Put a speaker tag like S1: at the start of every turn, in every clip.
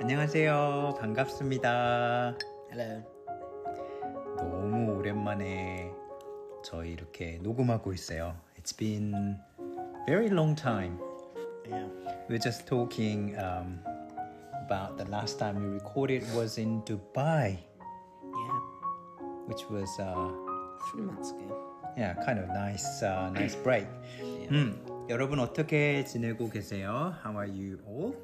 S1: 안녕하세요. 반갑습니다.
S2: Hello.
S1: 너무 오랜만에 저희 이렇게 녹음하고 있어요. It's been very long time.
S2: Yeah.
S1: We're just talking um, about the last time we recorded was in Dubai,
S2: Yeah.
S1: which was uh,
S2: Three months ago.
S1: yeah, kind of nice, uh, nice break. 음, 여러분 어떻게 지내고 계세요? How are you all?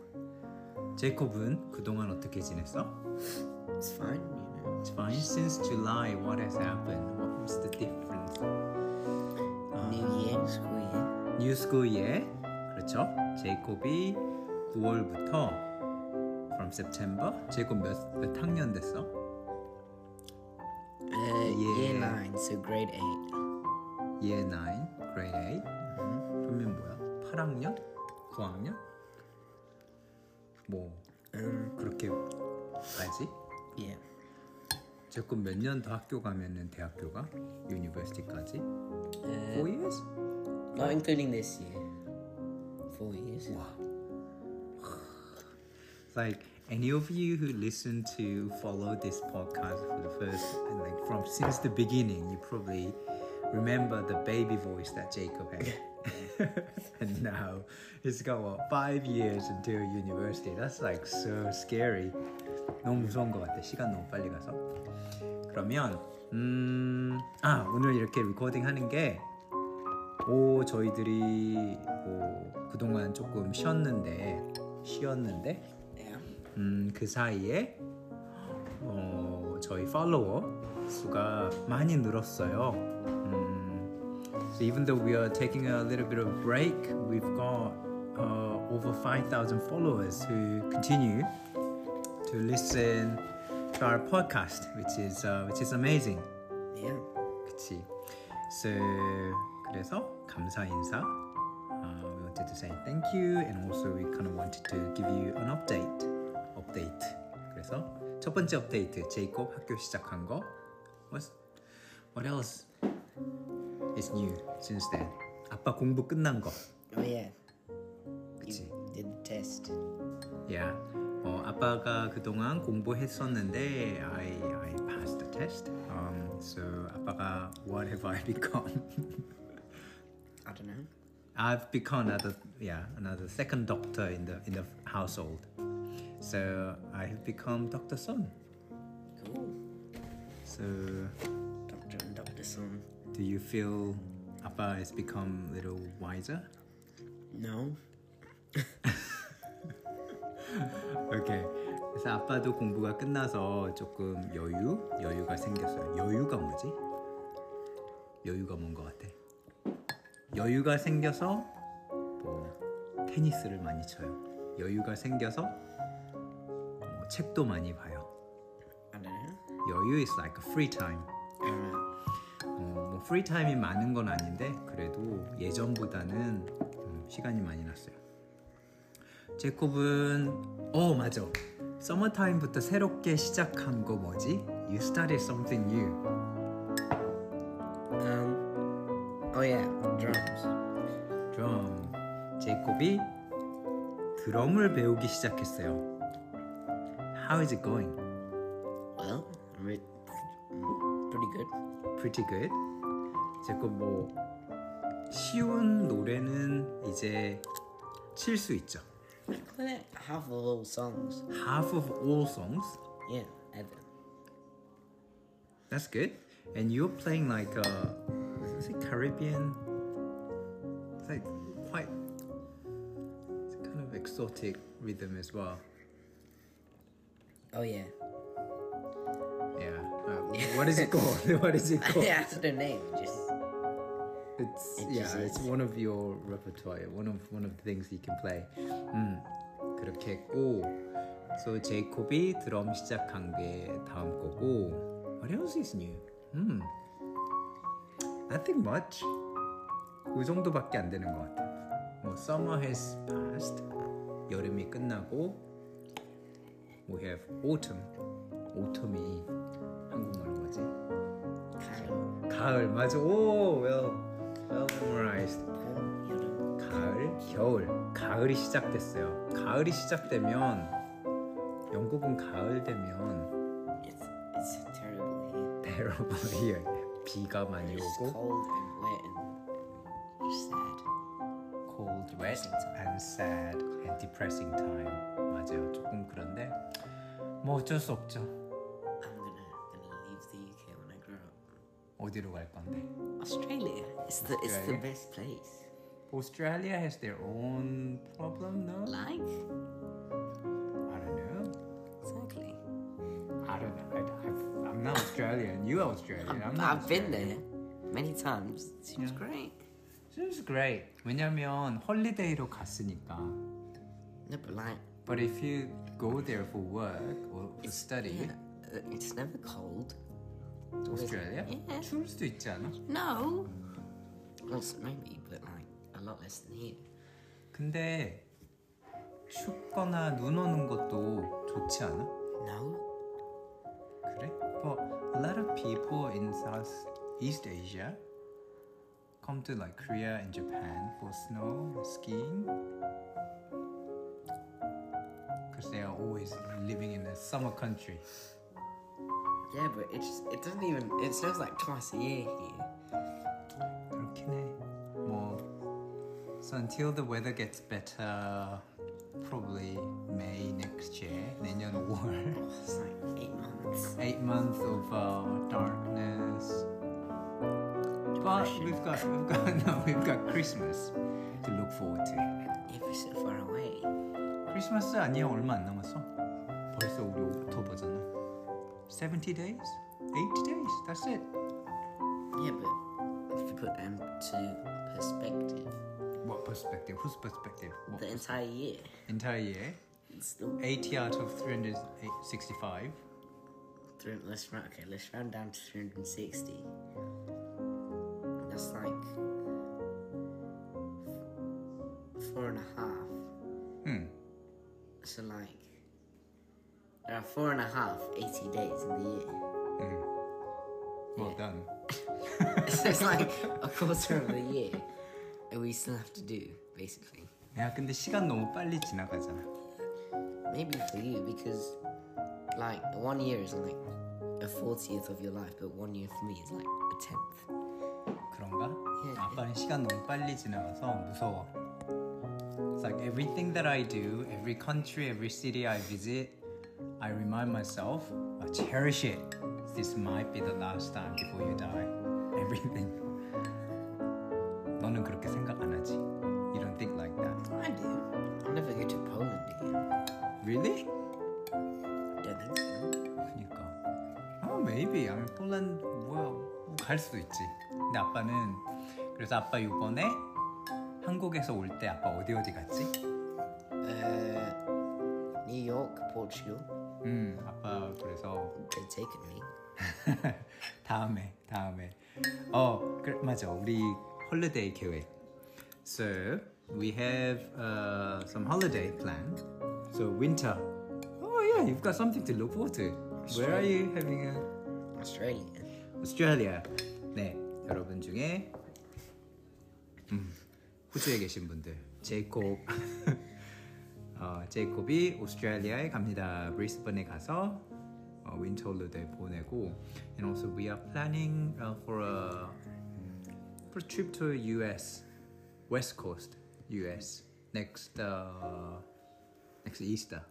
S1: 제이콥은 그동안 어떻게 지냈어?
S2: It's fine, you know.
S1: It's fine. Since July, what has happened? What was the difference?
S2: New year, school year.
S1: New school year, 그렇죠? 제이콥이 9월부터 from September. 제이콥 몇, 몇 학년 됐어?
S2: Uh,
S1: Yeah.
S2: Year nine, so grade eight.
S1: Year 9, grade 8. 그러면 뭐야? 8학년? 9학년? 뭐
S2: Um.
S1: 그렇게 가지?
S2: Yeah.
S1: 제이콥 몇년 더 학교 가면은 대학교가 university까지?
S2: Uh,
S1: 4 years?
S2: not including this year. Four years.
S1: Wow. like any of you who listen to follow this podcast for the first and like from since the beginning, you probably remember the baby voice that Jacob had. and now it's got what five years until university. That's like so scary. 너무 무서운 것 같아. 시간 너무 빨리 가서. 그러면 음, 아 오늘 이렇게 리코딩 하는 게 오, 저희들이 뭐 그동안 조금 쉬었는데 쉬었는데
S2: Yeah.
S1: 음, 그 사이에 어, 저희 팔로워 수가 많이 늘었어요. 음, so even though we are taking a little bit of break, we've got uh, over 5,000 followers who continue to listen to our podcast, which is uh, which is amazing.
S2: Yeah.
S1: 그치. So, 그래서 감사 인사. Uh, we wanted to say thank you and also we kind of wanted to give you an update. update. 그래서 첫 번째 업데이트 제이콥 학교 시작한 거. What What else is new since then? 아빠 공부 끝난 거.
S2: Oh yeah.
S1: 그치.
S2: Did the test.
S1: Yeah. 어, 아빠가 그동안 공부했었는데 I I passed the test. Um, so 아빠가 what have I become?
S2: I don't know.
S1: I've become another yeah another second doctor in the in the household. So I have become Doctor Son.
S2: Cool.
S1: So
S2: Doctor and Doctor Son.
S1: do you feel Appa has become a little wiser?
S2: No.
S1: Okay. 그래서 아빠도 공부가 끝나서 조금 여유 여유가 생겼어요. 여유가 뭐지? 여유가 뭔 것 같아? 여유가 생겨서 뭐 테니스를 많이 쳐요. 여유가 생겨서 뭐 책도 많이 봐요.
S2: I don't know.
S1: 여유 is like a free time.
S2: Alright.
S1: 어, 뭐 free time이 많은 건 아닌데 그래도 예전보다는 음, 시간이 많이 났어요. 제콥은 어 맞아. 서머 타임부터 새롭게 시작한 거 뭐지? You started something new.
S2: Um. Oh yeah. Drums.
S1: 드럼. 제콥이 드럼을 배우기 시작했어요. How is it going?
S2: Well, I'm re- pretty good.
S1: Pretty good. 제거 뭐 쉬운 노래는 이제 칠 수 있죠.
S2: I play like half of all songs.
S1: Half of all songs.
S2: Yeah. Ever.
S1: That's good. And you're playing like a is it Caribbean? It's like quite it's kind of exotic rhythm as well.
S2: Oh yeah.
S1: Yeah. Uh, what is it called? what is it called?
S2: yeah, I don't know. Just
S1: It's
S2: It
S1: yeah,
S2: just
S1: it's
S2: is.
S1: one of your repertoire, one of one of the things you can play. 음, 그렇게 했고, so 제이콥이 드럼 시작한 게 다음 거고, what else is new? 음, nothing much. 그 정도밖에 안 되는 것 같아. 뭐 summer has passed, 여름이 끝나고, we have autumn. autumn이 한국말로 뭐지?
S2: kind of
S1: 가을 맞아. 오, well, well memorized.
S2: um, you know.
S1: 가을, 겨울, 가을이 시작됐어요. 가을이 시작되면 영국은 가을 되면
S2: It's it's terrible here.
S1: terrible here. 비가 많이
S2: It's
S1: 오고
S2: cold and wet and just sad.
S1: cold, wet, and sad, and depressing time. 맞아요. 조금 그런데 뭐 어쩔 수 없죠.
S2: I'm gonna gonna leave the UK when I grow up.
S1: 어디로 갈 건데?
S2: Australia. It's the it's the
S1: Australia?
S2: best place.
S1: Australia has their own problem, no?
S2: Like
S1: I don't know.
S2: exactly.
S1: I don't know. I, I've, I'm not Australian. You are Australian. I'm
S2: But
S1: not
S2: I've been
S1: Australian.
S2: there many times. It seems great.
S1: Seems great. 왜냐면 헐리데이로 갔으니까.
S2: No, but like
S1: But if you go there for work or for study,
S2: yeah, uh, it's never cold.
S1: Australia,
S2: Yeah.
S1: 추울 수도 있지 않아?
S2: No. Well, s- maybe, but like a lot less than here.
S1: 근데 춥거나 눈 오는 것도 좋지 않아?
S2: No.
S1: 그래? But a lot of people in South East Asia come to like Korea and Japan for snow skiing. Because they are always living in a summer country.
S2: Yeah, but it's it doesn't even it snows like twice a year here.
S1: 그렇긴 해. 뭐, so until the weather gets better, probably May next year, 내년 5월.
S2: Oh, it's like eight months.
S1: eight months of uh, darkness. But we've got we've got no, we've got Christmas to look forward to.
S2: Yeah, we're so far away.
S1: 크리스마스 아니야 얼마 안 남았어. 벌써 우리 옥토버잖아. 70 days? 80 days? That's it.
S2: Yeah, but if you put them to perspective,
S1: What perspective? Whose perspective? What
S2: the entire year,
S1: entire year?
S2: it's still
S1: 80 out of 365.
S2: three. Let's round. Okay, let's round down to three hundred and sixty. That's like f- four and a half.
S1: Hmm.
S2: So like there are four and a half, 80 days in the year.
S1: Well done.
S2: so it's like a quarter of the year, and we still have to do basically.
S1: 야 근데 시간 너무 빨리 지나가잖아.
S2: Maybe for you, because like one year is like a fortieth of your life, but one year for me is like a tenth.
S1: 그런가?
S2: 예,
S1: 아빠는 시간 너무 빨리 지나가서 무서워. It's like everything that I do, every country, every city I visit, I remind myself, I cherish it. This might be the last time before you die. Everything. 너는 그렇게 생각 안 하지? You don't think like that.
S2: I do. I'll never go to Poland again.
S1: Really?
S2: Don't think so.
S1: 그니까. Oh, 그러니까. maybe. I mean, 폴란드 well, 갈 수도 있지. 근데 아빠는 그래서 아빠 이번에 한국에서 올 때 아빠 어디 어디 갔지?
S2: Uh, New York, Portugal.
S1: 음, 아빠 그래서
S2: They've taken me.
S1: 다음에 다음에 어 그래, 맞아 우리 홀리데이 계획. So we have uh, some holiday plan. So winter. Oh yeah, you've got something to look forward to. Where are you having a
S2: Australia.
S1: Australia? 네 여러분 중에 음, 호주에 계신 분들 제이콥 어, 제이콥이 오스트레일리아에 갑니다. 브리스번에 가서 어, 윈터 홀리데이 보내고 and also we are planning uh, for a for a trip to US West Coast US next uh, next Easter.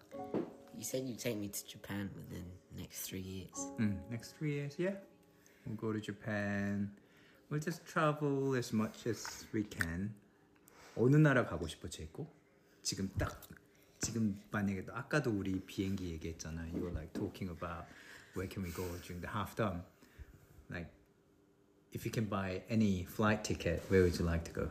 S2: You said you'd take me to Japan within the next three years.
S1: Mm, next three years, yeah. We'll go to Japan. We'll just travel as much as we can. 어느 나라 가고 싶어 제이코? 지금 딱 지금 만약에 너- 아까도 우리 비행기 얘기했잖아. You were like talking about where can we go during the half term. Like if you can buy any flight ticket, where would you like to go?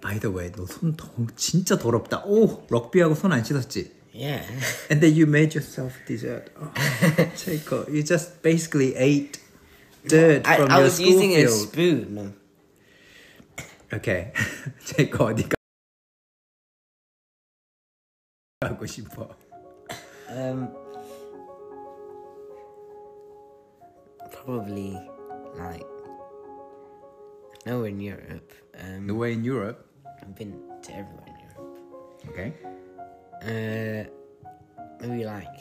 S1: By the way, 너손 진짜 더럽다. 오, 럭비하고 손 안 씻었지?
S2: Yeah.
S1: And then you made yourself dessert. Oh, Jacob, you just basically ate dirt
S2: I,
S1: from
S2: I
S1: your
S2: was
S1: school
S2: using a
S1: field.
S2: spoon.
S1: Okay, Jacob, 어디가 가고 싶어?
S2: Um, probably like nowhere in Europe. Um,
S1: The way in Europe.
S2: I've been to everywhere in Europe.
S1: Okay.
S2: Uh, maybe like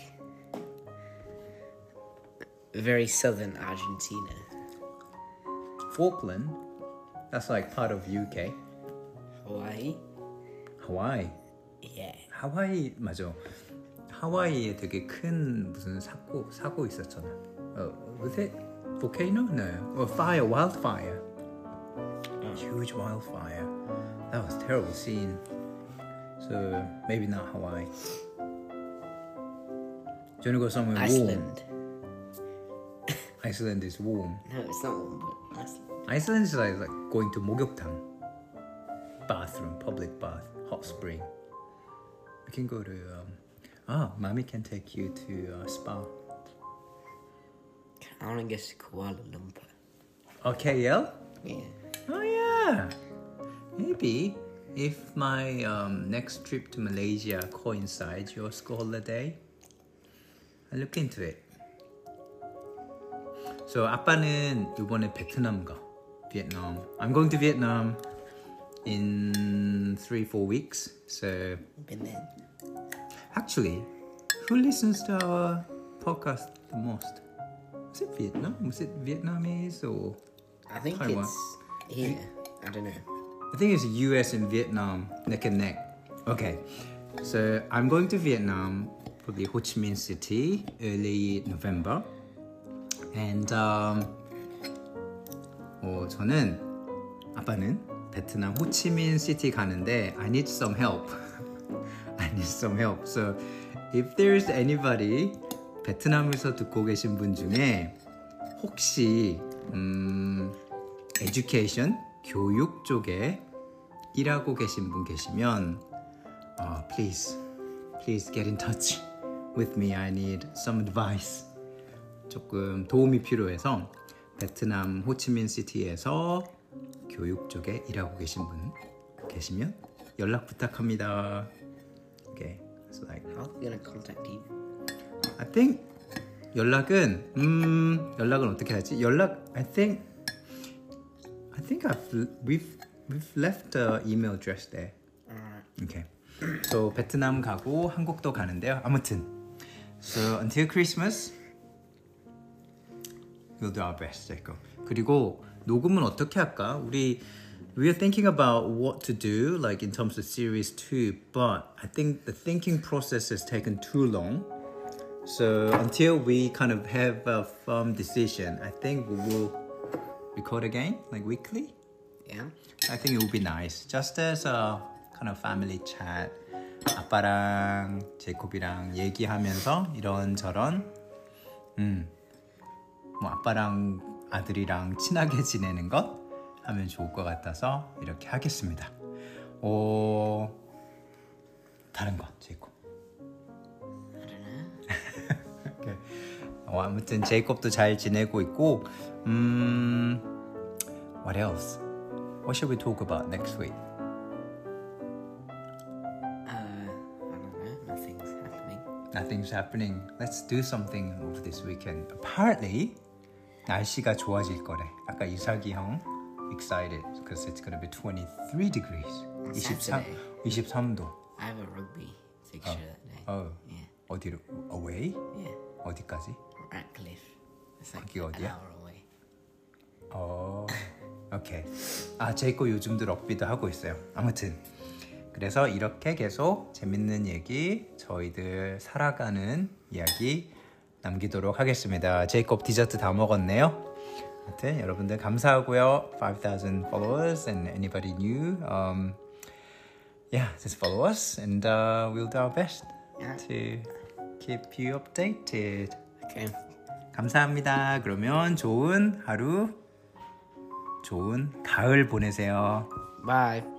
S2: very southern Argentina.
S1: Falkland, that's like part of UK.
S2: Hawaii?
S1: 하와이.
S2: Yeah.
S1: 하와이 맞아. 하와이에 되게 큰 무슨 사고 사고 있었잖아. 어, was it volcano? No. Or fire, wildfire. Huge wildfire. That was terrible scene. So maybe not Hawaii. Do you want to go somewhere warm?
S2: Iceland.
S1: Iceland is warm.
S2: No, it's not one, but Iceland.
S1: Iceland is like, like going to 목욕탕, bathroom, public bath, hot spring. We can go to. Um, ah, mommy can take you to uh, spa.
S2: I want to guess Kuala Lumpur.
S1: Oh, KL?
S2: Yeah.
S1: Oh yeah. Maybe if my um, next trip to Malaysia coincides your school holiday, I look into it. So 아빠는 이번에 베트남 가. Vietnam. I'm going to Vietnam in three four weeks. So
S2: Been there.
S1: actually, who listens to our podcast the most? Was it Vietnam? Was it Vietnamese or?
S2: I think
S1: Taiwan.
S2: it's here. I don't know.
S1: I think it's US and Vietnam neck and neck. Okay, so I'm going to Vietnam, probably Ho Chi Minh City, early November. And, um, 어, 저는, 아빠는 베트남 호치민 시티 가는데 I need some help. I need some help. So if there's anybody 베트남에서 듣고 계신 분 중에 혹시 음, education 교육 쪽에 일하고 계신 분 계시면 어, please please get in touch with me. I need some advice. 조금 도움이 필요해서 베트남 호치민 시티에서 교육 쪽에 일하고 계신 분 계시면 연락 부탁합니다. Okay, so like
S2: How are they going to contact you?
S1: I think 연락은 음 연락은 어떻게 하지? 연락 I think I think I've we've we've left the email address there. Okay. So 베트남 가고 한국도 가는데요. 아무튼 so until Christmas we'll do our best, Jacob. 그리고 녹음은 어떻게 할까? 우리 we are thinking about what to do like in terms of series 2 but I think the thinking process has taken too long. So until we kind of have a firm decision, I think we will record again, like weekly.
S2: Yeah?
S1: I think it would be nice, just as a kind of family chat. 아빠랑 제콥이랑 얘기하면서 이런 저런, 음, 뭐 아빠랑 아들이랑 친하게 지내는 것 하면 좋을 것 같아서 이렇게 하겠습니다. 오, 다른 것 제콥.
S2: I don't know.
S1: 오케이. 어, 아무튼 제이콥도 잘 지내고 있고 음 What else? What should we talk about next week?
S2: Uh, I don't know. Nothing's happening.
S1: Nothing's happening. Let's do something over this weekend. Apparently 날씨가 좋아질 거래. 아까 이사기 형 excited because it's gonna be 23 degrees. 23
S2: Saturday.
S1: 23도.
S2: I have a rugby fixture that day.
S1: 어.
S2: Yeah.
S1: 어디로? Away?
S2: Yeah.
S1: 어디까지?
S2: Ratcliffe. It's like
S1: 거기
S2: an
S1: 어디야?
S2: hour away.
S1: 어, 오케이. 아, 제이코 요즘도 럭비도 하고 있어요. 아무튼 그래서 이렇게 계속 재밌는 얘기, 저희들 살아가는 이야기 남기도록 하겠습니다. 제이콥 디저트 다 먹었네요. 아무튼 여러분들 감사하고요. 5,000 followers and anybody new, um, yeah, just follow us and uh, we'll do our best to keep you updated.
S2: Okay.
S1: 감사합니다. 그러면 좋은 하루, 좋은 가을 보내세요.
S2: Bye.